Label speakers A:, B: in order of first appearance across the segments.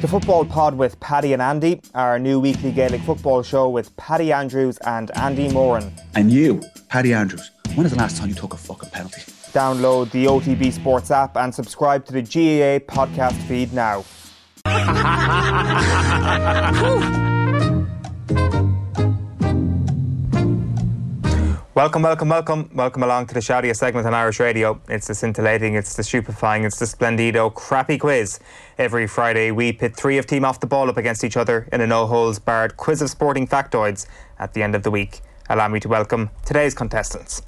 A: The Football Pod with Paddy and Andy, our new weekly Gaelic football show with Paddy Andrews and Andy Moran.
B: And you, Paddy Andrews, when is the last time you took a fucking penalty?
A: Download the OTB Sports app and subscribe to the GAA podcast feed now. Welcome, welcome, welcome, welcome along to the shoutiest segment on Irish radio. It's the scintillating, it's the stupefying, it's the splendido crappy quiz. Every Friday, we pit three of team off the ball up against each other in a no holes barred quiz of sporting factoids at the end of the week. Allow me to welcome today's contestants.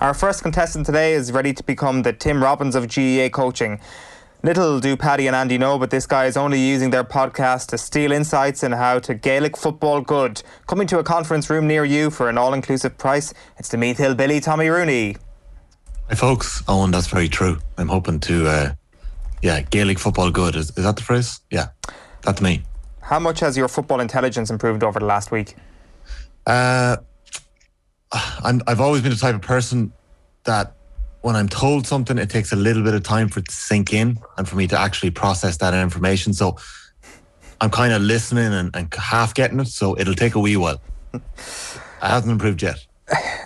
A: Our first contestant today is ready to become the Tim Robbins of GEA coaching. Little do Paddy and Andy know, but this guy is only using their podcast to steal insights in how to Gaelic football good. Coming to a conference room near you for an all inclusive price, it's the Meath Hill Billy Tommy Rooney.
C: Hi, folks. Owen, that's very true. I'm hoping to, uh, yeah, Gaelic football good. Is, is that the phrase? Yeah, that's me.
A: How much has your football intelligence improved over the last week?
C: Uh, I'm, I've always been the type of person that when I'm told something, it takes a little bit of time for it to sink in and for me to actually process that information. So I'm kind of listening and, and half getting it. So it'll take a wee while. it hasn't improved yet.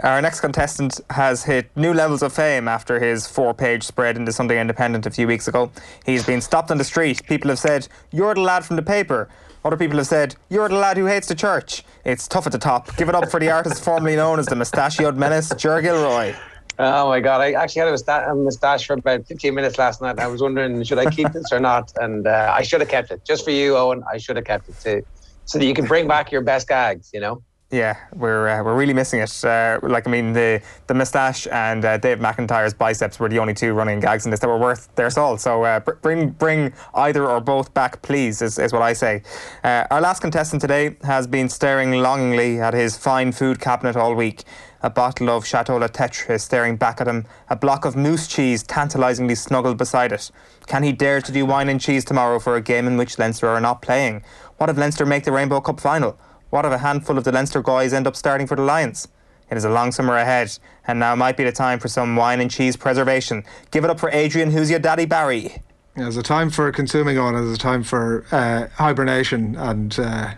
A: Our next contestant has hit new levels of fame after his four page spread in the Sunday Independent a few weeks ago. He's been stopped on the street. People have said, You're the lad from the paper. Other people have said, You're the lad who hates the church. It's tough at the top. Give it up for the artist formerly known as the mustachioed menace, Ger Gilroy.
D: Oh my god! I actually had a musta- a moustache for about 15 minutes last night. I was wondering should I keep this or not, and uh, I should have kept it just for you, Owen. I should have kept it too, so that you can bring back your best gags. You know.
A: Yeah, we're uh, we're really missing it. Uh, like I mean, the the moustache and uh, Dave McIntyre's biceps were the only two running gags in this that were worth their salt. So uh, br- bring bring either or both back, please, is, is what I say. Uh, our last contestant today has been staring longingly at his fine food cabinet all week. A bottle of Chateau La Tetre is staring back at him. A block of moose cheese tantalisingly snuggled beside it. Can he dare to do wine and cheese tomorrow for a game in which Leinster are not playing? What if Leinster make the Rainbow Cup final? What if a handful of the Leinster guys end up starting for the Lions? It is a long summer ahead, and now might be the time for some wine and cheese preservation. Give it up for Adrian, who's your daddy Barry.
E: There's a time for consuming on, there's a time for uh, hibernation and, uh,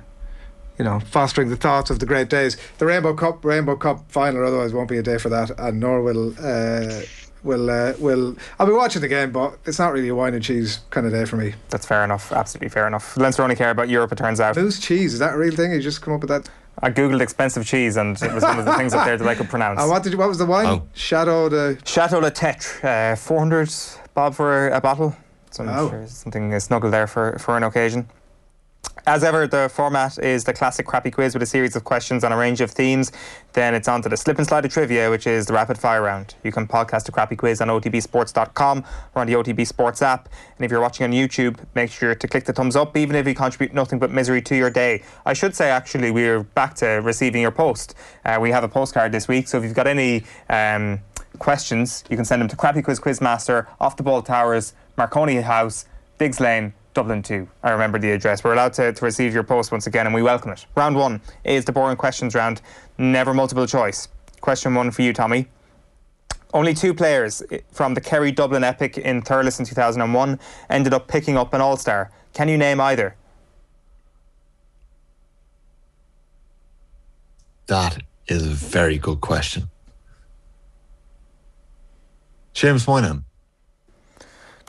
E: you know, fostering the thoughts of the great days. The Rainbow Cup, Rainbow Cup final, otherwise won't be a day for that, and nor will. Uh, Will uh, will I'll be watching the game, but it's not really a wine and cheese kind of day for me.
A: That's fair enough, absolutely fair enough. Leinster only care about Europe, it turns out.
E: Who's cheese? Is that a real thing? You just come up with that.
A: I googled expensive cheese, and it was one of the things up there that I could pronounce.
E: And Uh, what did you, what was the wine?
C: Oh.
E: Shadow the
A: Chateau La Tetre, uh, 400 bob for a bottle. So I'm
E: Oh.
A: sure something uh, snuggled there for, for an occasion. As ever, the format is the classic crappy quiz with a series of questions on a range of themes. Then it's on to the slip and slide of trivia, which is the rapid fire round. You can podcast the crappy quiz on otbsports.com or on the OTB Sports app. And if you're watching on YouTube, make sure to click the thumbs up, even if you contribute nothing but misery to your day. I should say, actually, we're back to receiving your post. Uh, we have a postcard this week, so if you've got any. Um, questions, you can send them to Crappy Quiz Quizmaster, Off the Ball Towers, Marconi House, Diggs Lane, Dublin 2. I remember the address. We're allowed to, to receive your post once again and we welcome it. Round one is the boring questions round, never multiple choice. Question one for you, Tommy. Only two players i- from the Kerry Dublin epic in Thurles in 2001 ended up picking up an All Star. Can you name either?
C: That is a very good question. James Moynihan.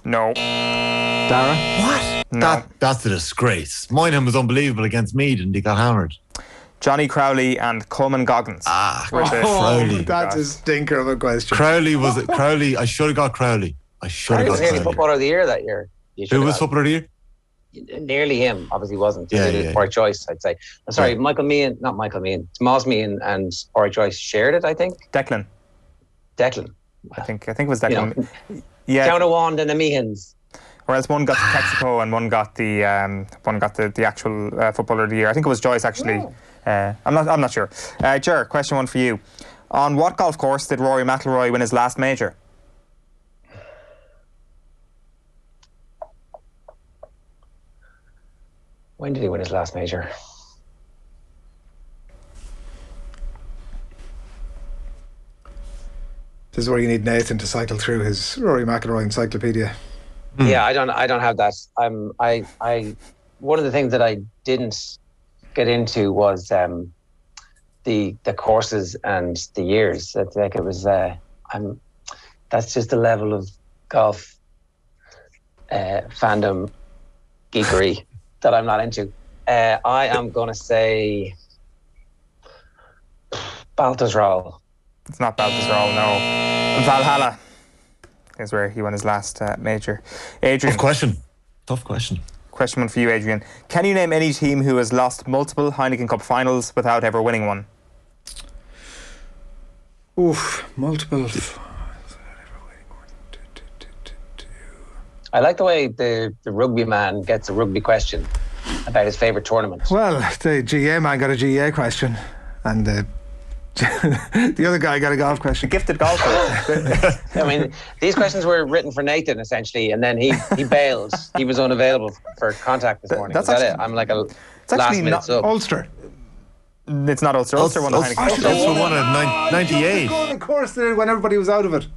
A: No.
E: Dara.
C: What?
A: No.
C: That that's a disgrace. Moynihan was unbelievable against Mead and he got hammered.
A: Johnny Crowley and Coleman Goggins.
C: Ah,
A: Where's it?
C: Crowley.
E: That's a stinker of a question.
C: Crowley was Crowley. I should have got Crowley. I should
D: He
C: have got
D: was nearly
C: Crowley.
D: footballer of the year that year. You
C: Who
D: should've
C: was
D: got-
C: footballer of the year?
D: nearly him? Obviously wasn't.
C: Yeah,
D: Yeah,
C: yeah.
D: Poor choice, I'd say. I'm sorry,
C: Yeah.
D: Michael Meehan, not Michael Meehan. Tomas Meehan and Poor Joyce shared it. I think
A: Declan.
D: Declan.
A: I think I think it was
D: You
A: Declan.
D: know,
A: yeah.
D: down a wand and the Meehans.
A: Or else one got to Texaco and one got the um, one got the, the actual uh, footballer of the year. I think it was Joyce actually. Uh, I'm not I'm not sure. Uh, Jer, question one for you. On what golf course did Rory McIlroy win his last major?
D: When did he win his last major?
E: This is where you need Nathan to cycle through his Rory McIlroy encyclopedia.
D: Yeah, I don't. I don't have that. I'm. I. I one of the things that I didn't get into was um, the the courses and the years. It's like it was, uh, I'm. That's just the level of golf uh, fandom geekery that I'm not into. Uh, I am gonna say Baltusrol.
A: It's not Balthazar, oh, no. Valhalla is where he won his last uh, major. Adrian,
C: Tough question. Tough question.
A: question one for you, Adrian. Can you name any team who has lost multiple Heineken Cup finals without ever winning one?
E: Oof, multiple. f-
D: I like the way the, the rugby man gets a rugby question about his favorite tournament.
E: Well, the GA man got a GA question, and the the other guy got a golf question.
A: Gifted golfer.
D: I mean, these questions were written for Nathan essentially, and then he, he bailed. He was unavailable for contact this morning.
A: that's
D: Is that
A: actually-
D: it? I'm like a
A: actually
D: last minute
A: not-
D: sub.
E: Ulster.
A: it's not Ulster. Ulster won the
C: Ulster-
A: Heineken Cup.
C: Ulster won at nine- 98.
E: Of course, there when everybody was out of it.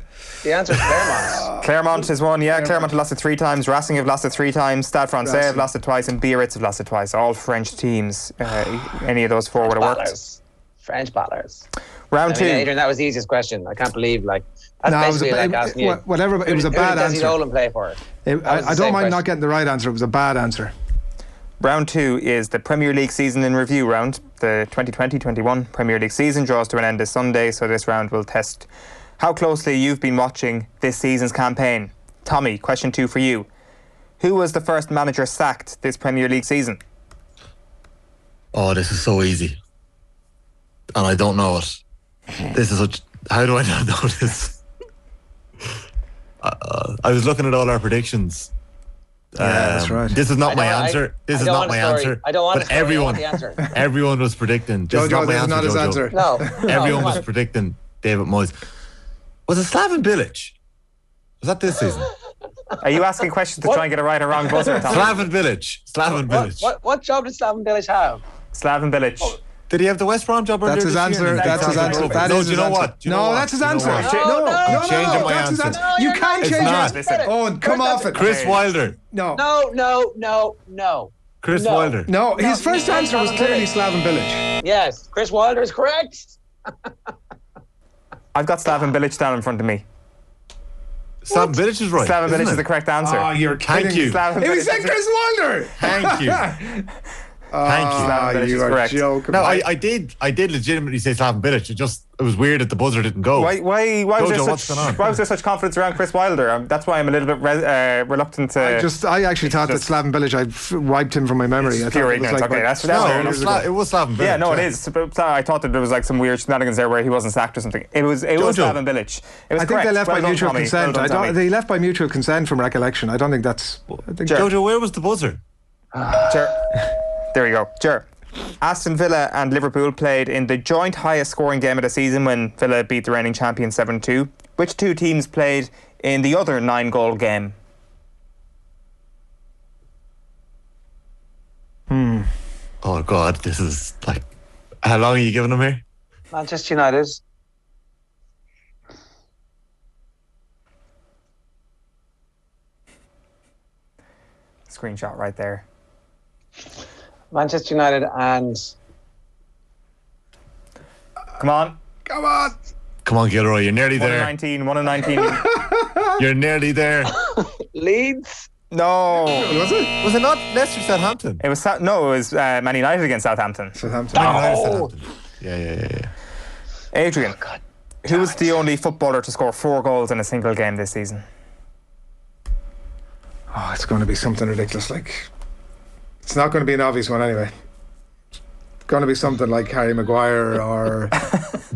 D: The answer is Claremont.
A: Claremont has won, yeah. Claremont have lost it three times. Racing have lost it three times. Stade Francais have
E: Racing.
A: lost it twice, and Biarritz have lost it twice. All French teams. Uh, any of those four would have worked.
D: Ballers. French ballers.
A: Round
D: I mean,
A: two.
D: Adrian, that was the easiest question. I can't believe like that's
E: No, it was a
D: basically
E: ba-
D: like
E: it-
D: asking
E: wha-
D: you.
E: whatever, but it
D: who-
E: was a
D: who
E: bad
D: does Desi
E: answer.
D: Nolan play for?
E: It-
D: That was the
E: I, I don't
D: same
E: mind
D: question.
E: not getting the right answer. It was a bad answer.
C: Um,
A: Round two is the Premier League season in review round. The 2020 21 Premier League season draws to an end this Sunday, so this round will test how closely you've been watching this season's campaign. Tommy, question two for you. Who was the first manager sacked this Premier League season?
C: Oh, this is so easy. And I don't know it. This is such. How do I not know this? Uh, I was looking at all our predictions.
E: Yeah, that's
C: Um,
E: right.
C: This is
D: I
C: not my
D: don't- I-
C: answer. This
D: I
C: is
D: don't
C: not
D: want a
C: my
D: story.
C: answer.
D: I don't want a
C: But
D: story. I
C: everyone,
D: want the answer.
C: everyone was predicting. This is
E: Jojo,
C: not my
E: this is
C: answer.
E: not
C: Jojo.
E: his answer.
D: No,
C: Everyone
A: Oh,
D: no,
C: was predicting David Moyes. Was it Slaven Bilic? Was that
A: Oh.
C: this season?
A: Are you asking questions to
D: What?
A: try and get a right or wrong buzzer, Tommy?
C: Slaven Bilic. Slaven
D: what,
C: Bilic.
D: what, what job does Slaven Bilic have?
A: Slaven Bilic.
C: Did he have the West Brom job? earlier
E: That's his
C: this year?
E: answer. That's his
C: No,
E: answer. That
C: no,
E: is
C: do you
E: his
C: know
E: answer.
C: what? Do you
E: no,
C: know what?
E: that's his
C: Do you know
E: answer.
C: what?
A: Cha-
E: no,
D: no,
E: no, no,
D: I'm
C: changing my
E: that's his
C: answer.
D: No,
E: You
D: you're
E: can't
D: not.
E: change
C: It's
E: your
C: not.
E: answer.
A: Listen.
E: Owen, come
D: You're
E: off
D: not.
E: it.
C: Chris
A: Okay.
C: Wilder.
E: No, no,
D: No, no, no, no.
C: Chris
D: No.
C: Wilder.
E: His
D: No,
E: first
D: no,
E: answer was
D: Slaven
E: clearly
D: Bilic.
E: Slaven Bilic.
D: Yes, Chris Wilder is correct.
A: I've got
E: Ah.
A: Slaven Bilic down in front of me.
C: Sam Vidic is right.
A: Slaven
C: isn't
A: Bilic is
C: it?
A: the correct answer.
C: Ah,
E: Oh, you're
C: Thank
E: kidding.
C: you.
A: Slaven
E: If
A: Bilic
E: he
A: is
E: said
A: the-
E: Chris Wilder.
C: Thank you. Thank
E: Ah,
A: Slaven Bilic
E: you
A: is
E: are
A: correct.
E: joking.
C: you. No, I, I did I did legitimately say Slaven Bilic. It just it was weird that the buzzer didn't go.
A: Why, why, why, was
C: Jojo,
A: there
C: what's going
A: such,
C: on?
A: why was there such confidence around Chris Wilder? Um, that's why I'm a little bit re- uh, reluctant to.
E: I just, I actually thought that
A: just-
E: Slaven Bilic, I f- wiped him from my memory. I thought
A: pure
E: it was
A: ignorance.
E: like
A: Okay,
E: about
A: that's- that's
C: No,
A: fair
C: it
A: enough.
C: was, Sla- it was Slaven Bilic.
A: yeah, no, it is. But, sorry, I thought that there was like some weird shenanigans there where he wasn't sacked or something. It was it was
C: Jojo.
A: Slaven Bilic. It was
E: I think
A: correct.
E: they left
A: Well
E: by
A: done,
E: mutual
A: Tommy. Well
E: consent.
A: done,
E: I don't.
A: Tommy.
E: They left by mutual consent from recollection. I don't think that's. I think
C: Jojo, where was the buzzer?
A: Sure. There you go. Sure. Aston Villa and Liverpool played in the joint highest scoring game of the season when Villa beat the reigning champion 7 2. Which two teams played in the other nine goal game?
C: Oh God, this is like. How long are you giving him here?
D: Manchester United.
A: Screenshot right there.
D: Manchester United and
A: Come on.
E: Come on.
C: Come on, Gilroy, you're nearly
A: 1 of
C: there.
A: 19, 1 of 19.
C: You're nearly there.
D: Leeds.
A: no.
E: Was it?
C: Was it not Leicester Southampton?
A: It was Sa- no, it was uh, Man United against Southampton.
E: Southampton.
C: United,
D: Oh.
C: Southampton. Yeah, yeah, yeah, yeah.
A: Adrian, who was the only footballer to score four goals in a single game this season?
E: Oh, it's going to be something ridiculous. Like, it's not going to be an obvious one anyway. It's going to be something like Harry Maguire or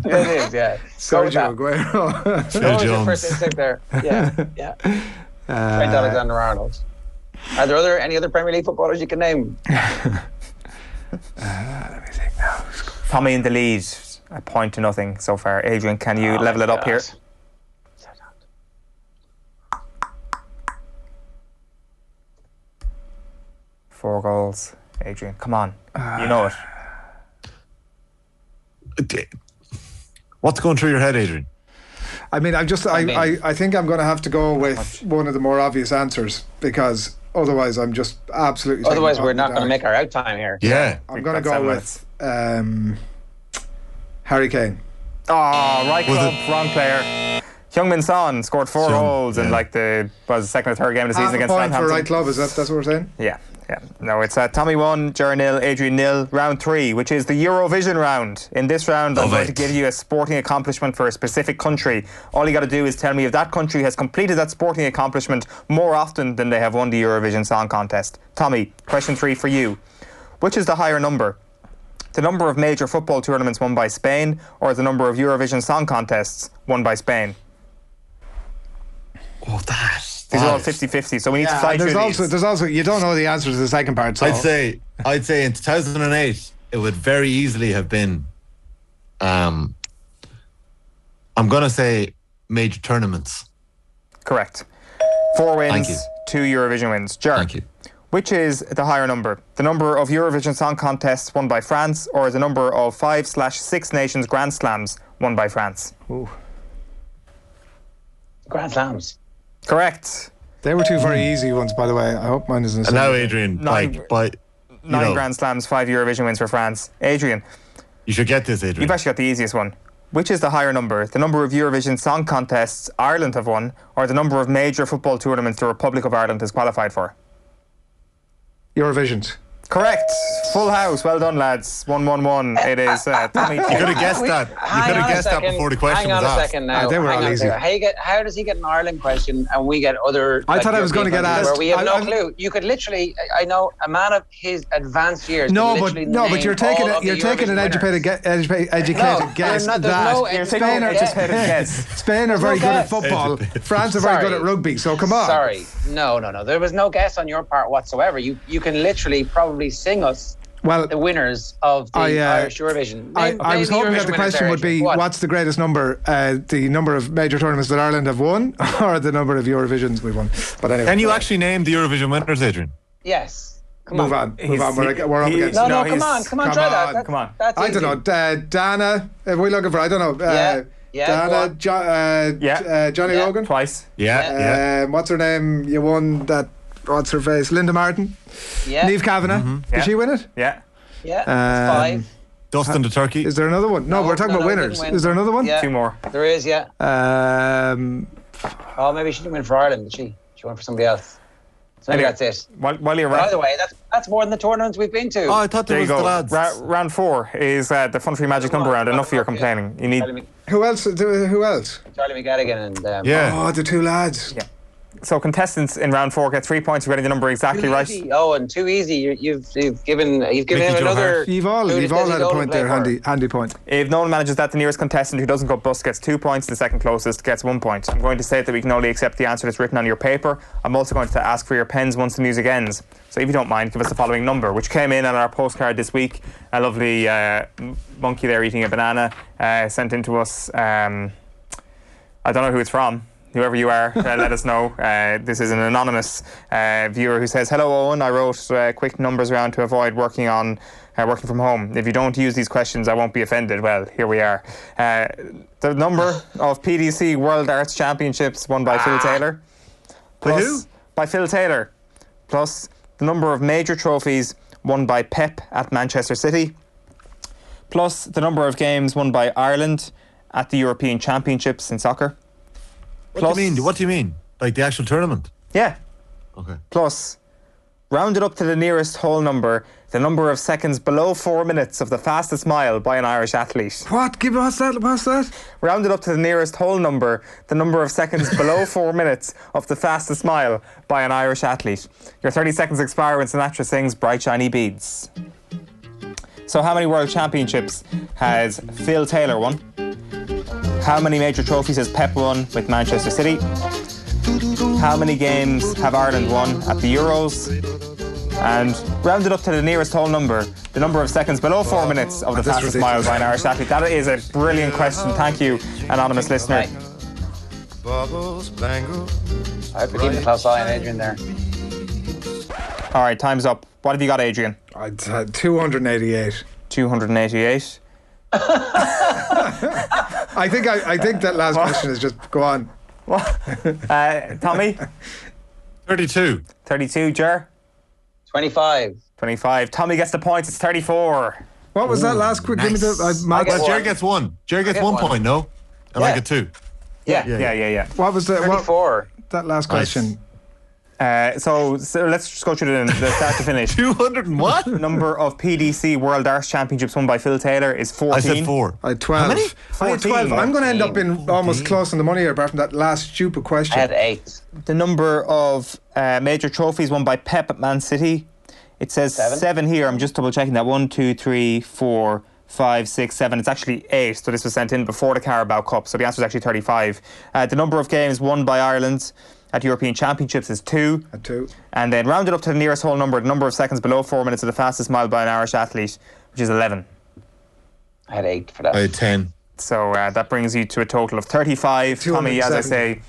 D: It is, yeah. Go with
E: Sergio
D: that.
E: Aguero.
C: Phil
D: What was your first
C: Jones.
D: instinct there? Yeah, yeah. Trent Alexander Arnold. Are there other any other Premier League footballers you can name?
A: Tommy in the lead, a point to nothing so far. Adrian, can you
D: Oh
A: level
D: my
A: it up
D: God.
A: here? Four goals, Adrian. Come on, you know it.
C: What's going through your head, Adrian?
E: I mean, I'm just. I,
D: mean-
E: I, I think I'm going to have to go with one of the more obvious answers because otherwise, I'm just absolutely. taken
D: Otherwise,
E: off
D: we're
E: the
D: not going to
E: dark.
D: make our out time here.
C: Yeah.
E: I'm going to
A: Take that
E: go
A: seven
E: with um, Harry Kane.
A: Oh, right
C: Was
A: club, wrong player. Heung-Min Son scored four
C: Son,
A: goals in
C: yeah.
A: like the was the second or third game of the
E: Half
A: season
E: a
A: against
E: point for
A: Southampton.
E: right club. Is that that's what we're saying?
A: Yeah, yeah. No, it's uh, Tommy one, Ger nil, Adrian nil. Round three, which is the Eurovision round. In this round, I'm
C: Love
A: going
C: it.
A: to give you a sporting accomplishment for a specific country. All you got to do is tell me if that country has completed that sporting accomplishment more often than they have won the Eurovision Song Contest. Tommy, question three for you: Which is the higher number? The number of major football tournaments won by Spain, or the number of Eurovision Song Contests won by Spain?
C: Oh, that.
A: These are all
C: that-
A: 50-50, so we need to fly
E: And
A: through
E: Uh, there's also
A: these.
E: there's also you don't know the answer to the second part. So
C: I'd say I'd say in 2008 it would very easily have been. Um, I'm gonna say major tournaments.
A: Correct. Four
C: Thank
A: wins,
C: you.
A: two Eurovision wins. Ger,
C: Thank you.
A: Which is the higher number? The number of Eurovision Song Contests won by France or the number of five slash six nations Grand Slams won by France?
D: Grand Slams.
A: Correct.
E: they were two very easy ones, by the way. I hope mine isn't. a
C: And now,
E: single.
C: Adrian,
A: Nine-
C: like, but you
A: Nine
C: know,
A: Grand Slams, five Eurovision wins for France. Adrian,
C: you should get this, Adrian.
A: you've actually got the easiest one. Which is the higher number? The number of Eurovision Song Contests Ireland have won or the number of major football tournaments the Republic of Ireland has qualified for?
E: Eurovisions.
A: Correct. Full house. Well done, lads. 1 1 1. It is. Uh, Tommy
C: You could have guessed
D: Wait,
C: that. You
D: hang
C: could have
D: on a
C: guessed that
D: second.
C: before the question
D: Hang
C: was
D: on a
C: asked.
D: second now.
E: Ah, they were
D: Hang
E: all
D: on
E: easy.
D: there. How, you get, how does he get an Ireland question and we get other?
E: I thought I was
D: European
E: gonna get
D: countries Where
E: asked-
D: we have
E: I-
D: no
E: I'm-
D: clue. You could literally. I I know a man of his advanced years.
E: No,
D: could
E: but
D: literally
E: no, but
D: name
E: you're taking
D: all
E: a,
D: of the
E: you're taking an
D: Eurovision
E: educated
D: winners.
E: ge- edupa- educated
D: No,
E: guess
D: I'm not- there's
E: that
D: no
A: You're
D: It's
A: taking
E: Spain
A: an
E: are
D: no guess.
A: educated guess.
E: Spain are
D: There's no
E: very good at
D: guess.
E: football. France are very
D: Sorry.
E: good at rugby. So come on.
D: Sorry, no, no, no. There was no guess on your part whatsoever. You you can literally probably sing us
E: Well,
D: the winners of the
E: I, uh,
D: Irish Eurovision.
E: I,
D: Name-
E: I
D: name
E: was
D: Eurovision
E: hoping that the
D: winners,
E: question would
D: Adrian.
E: be
D: Go on.
E: what's the greatest number, uh, the number of major tournaments that Ireland have won, or the number of Eurovisions we won. But anyway, uh,
C: Can you actually name the Eurovision winners, Adrian?
D: Yes. Come
E: move
D: on.
E: on? Move on. We're, we're up
A: he-
E: against.
D: No,
A: No,
D: no,
A: he's-
D: come on, come on,
E: come
D: try
E: on,
D: that. that.
A: come on.
D: That's
E: I don't
D: easy.
E: know. Uh, Dana, if we're looking for, I don't know. Uh,
D: Yeah, yeah, go
E: Dana,
D: on.
E: jo- uh,
A: Yeah.
E: uh, Johnny
D: Yeah.
E: Logan.
A: Twice.
D: Uh,
C: Yeah,
E: Um,
C: yeah.
E: What's her name? You won that. What's her face? Linda Martin.
D: Yeah. Mm-hmm.
E: Neve Kavanagh. Did
A: Yeah.
E: she win it?
A: Yeah.
D: Yeah. it's
E: Um,
D: five.
C: Dustin the Turkey.
E: Is there another one? No,
D: No,
E: we're talking
D: no,
E: about
D: no,
E: winners.
D: didn't win.
E: Is there another one?
D: Yeah.
A: Two more.
D: There is, yeah.
E: uh, Um,
D: Oh, maybe she didn't win for Ireland, did she? She won for somebody else. So maybe
A: Anyway.
D: that's it.
A: While, while you're
D: But
A: right.
D: either way, that's that's more than the tournaments we've been to.
C: oh, I thought
A: There
C: there
A: you
C: was the
A: go.
C: lads.
A: Ra- round four is uh, the Fun Free Magic
D: Come
A: Number
D: on,
A: Round.
D: come
A: Enough of your
D: on, yeah.
A: complaining. You need.
D: Charlie, Mc-
E: who else? Who else?
D: Charlie McGadigan and um,
C: yeah.
E: Oh, the two lads.
A: So contestants in round four get three points for getting the number exactly
D: too
A: right.
D: easy. Oh, and too easy. You, you've you've given you've given
C: Mickey
D: him
C: Joe
D: another.
C: Hart.
E: You've all,
D: clue that
E: you've all
D: Desi
E: had a
D: Dolan
E: point
D: played
E: there,
D: for.
E: handy, handy point.
A: If no one manages that, the nearest contestant who doesn't go bust gets two points. The second closest gets one point. I'm going to say that we can only accept the answer that's written on your paper. I'm also going to ask for your pens once the music ends. So if you don't mind, give us the following number, which came in on our postcard this week. A lovely uh, m- monkey there eating a banana uh, sent in to us. Um, I don't know who it's from. Whoever you are, uh, let us know. Uh, this is an anonymous uh, viewer who says, "Hello, Owen. I wrote uh, quick numbers around to avoid working on uh, working from home. If you don't use these questions, I won't be offended." Well, here we are. Uh, the number of PDC World Arts Championships won by Phil Taylor. Plus,
C: who?
A: By Phil Taylor. Plus the number of major trophies won by Pep at Manchester City plus the number of games won by Ireland at the European Championships in soccer.
C: What do you mean? What do you mean? Like the actual tournament?
A: Yeah,
C: Okay.
A: plus rounded up to the nearest whole number, the number of seconds below four minutes of the fastest mile by an Irish athlete.
E: What? Give us that. What's that?
A: Rounded up to the nearest whole number, the number of seconds below four minutes of the fastest mile by an Irish athlete. Your 30 seconds expire when Sinatra sings Bright Shiny Beads. So, how many world championships has Phil Taylor won? How many major trophies has Pep won with Manchester City? How many games have Ireland won at the Euros? And rounded up to the nearest whole number, the number of seconds below four minutes of the
E: that's
A: fastest mile
E: ridiculous.
A: by an Irish athlete. That is a brilliant question. Thank you, anonymous listener.
D: Right.
F: Bubbles, bangles.
D: I have to keep a close eye on Adrian there.
A: All right, time's up. What have you got, Adrian?
E: I'd had 288.
A: 288.
E: I think I, I think that last question is just go on.
A: What? Uh, Tommy?
C: 32.
A: 32, Jer.
D: 25.
A: 25. Tommy gets the points. It's 34.
E: What was that last quick? Give me the.
C: Nice.
E: Uh, Matt,
D: get
C: Well, Jer
D: one.
C: gets one. Jer gets
D: get
C: one,
D: one.
C: point, no? And I
D: Yeah.
C: get two.
A: Yeah,
C: Yeah,
A: yeah, yeah, yeah.
E: what was the. What,
D: 34.
E: that last
C: Nice.
E: question.
A: Uh, so, so let's just go through the, the start to finish.
C: 200 and what?
A: Number of PDC World Arts Championships won by Phil Taylor is 14.
C: I said four.
E: I had 12.
C: many?
E: I had 12. I'm going to end up in
D: 14.
E: almost close on the money here, apart from that last stupid
D: I
E: question.
D: had eight.
A: The number of uh, major trophies won by Pep at Man City. It says seven.
D: Seven.
A: here. I'm just double checking that. One, two, three, four, five, six, seven. It's actually eight. So this was sent in before the Carabao Cup. So the answer is actually 35. Uh, the number of games won by Ireland at European Championships is two.
E: At two.
A: And then rounded up to the nearest whole number, the number of seconds below four minutes of the fastest mile by an Irish athlete, which is 11.
D: I had eight for that.
C: I had 10.
A: So uh, that brings you to a total of 35. Tommy, as I say,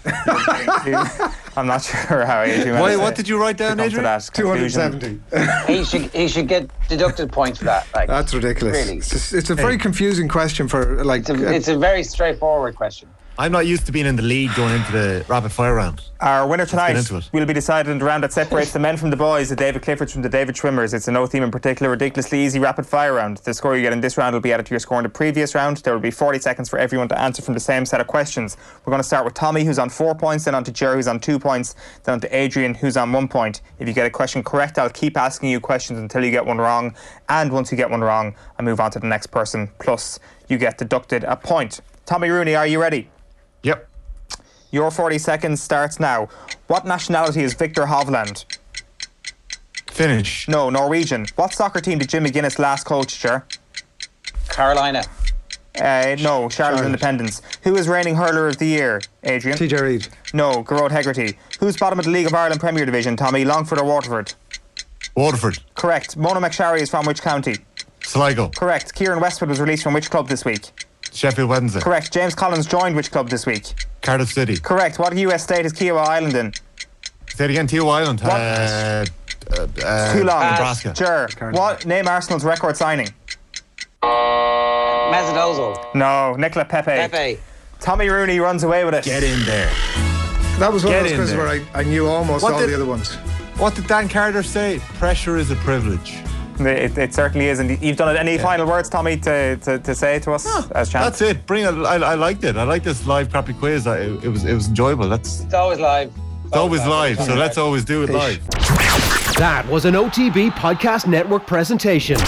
A: I'm not sure how Adrian.
C: Why, what did you write down,
A: come to
C: Adrian?
A: that conclusion.
E: 270.
D: He should he should get deducted points for that. Like
E: That's ridiculous.
D: Really?
E: It's, just- it's a very confusing question for like.
D: it's a,
E: uh,
D: it's a very straightforward question.
C: I'm not used to being in the lead going into the rapid fire round.
A: Our winner tonight
C: into it.
A: will be decided in the round that separates the men from the boys, the David Cliffords from the David Trimmers. It's a no theme in particular, ridiculously easy rapid fire round. The score you get in this round will be added to your score in the previous round. There will be 40 seconds for everyone to answer from the same set of questions. We're going to start with Tommy, who's on four points, then on to Jerry, who's on two points, then on to Adrian, who's on one point. If you get a question correct, I'll keep asking you questions until you get one wrong. And once you get one wrong, I move on to the next person. Plus, you get deducted a point. Tommy Rooney, are you ready?
C: Yep.
A: Your 40 seconds starts now. What nationality is Victor Hovland?
C: Finish.
A: No, Norwegian. What soccer team did Jim McGuinness last coach, sure?
D: Carolina,
A: Uh, no, Charlotte, Independence. Who is reigning hurler of the year, Adrian?
E: TJ uh, Reid.
A: No, Gerard Hegarty. Who's bottom of the League of Ireland Premier Division, Tommy? Longford or Waterford?
C: Waterford.
A: Correct. Mona McSharry is from which county?
C: Sligo.
A: Correct. Kieran Westwood was released from which club this week?
C: Sheffield Wednesday.
A: Correct. James Collins joined which club this week?
C: Cardiff City.
A: Correct. What US state is Kiowa Island in?
C: Say it again, Tio Island.
A: What?
C: Uh, uh, uh,
A: Too long.
C: Nebraska.
A: Sure. What name Arsenal's record signing?
D: Mazzadozo,
A: No, Nicola
D: Pepe.
A: Tommy Rooney runs away with it.
C: Get in there.
E: That was one
C: Get
E: of those
C: in there.
E: questions where I, I knew almost
C: What
E: all
C: did-
E: the other ones.
C: What did Dan Carter say? Pressure is a privilege.
A: It, it certainly is. And you've done it. Any final words, Tommy, to, to, to say to us as champ?
C: That's it. Bring it. I, I liked it. I like this live crappy quiz. I, it was it was enjoyable. That's
D: It's always live.
C: it's always live. So let's always do it live.
G: That was an OTB Podcast Network presentation.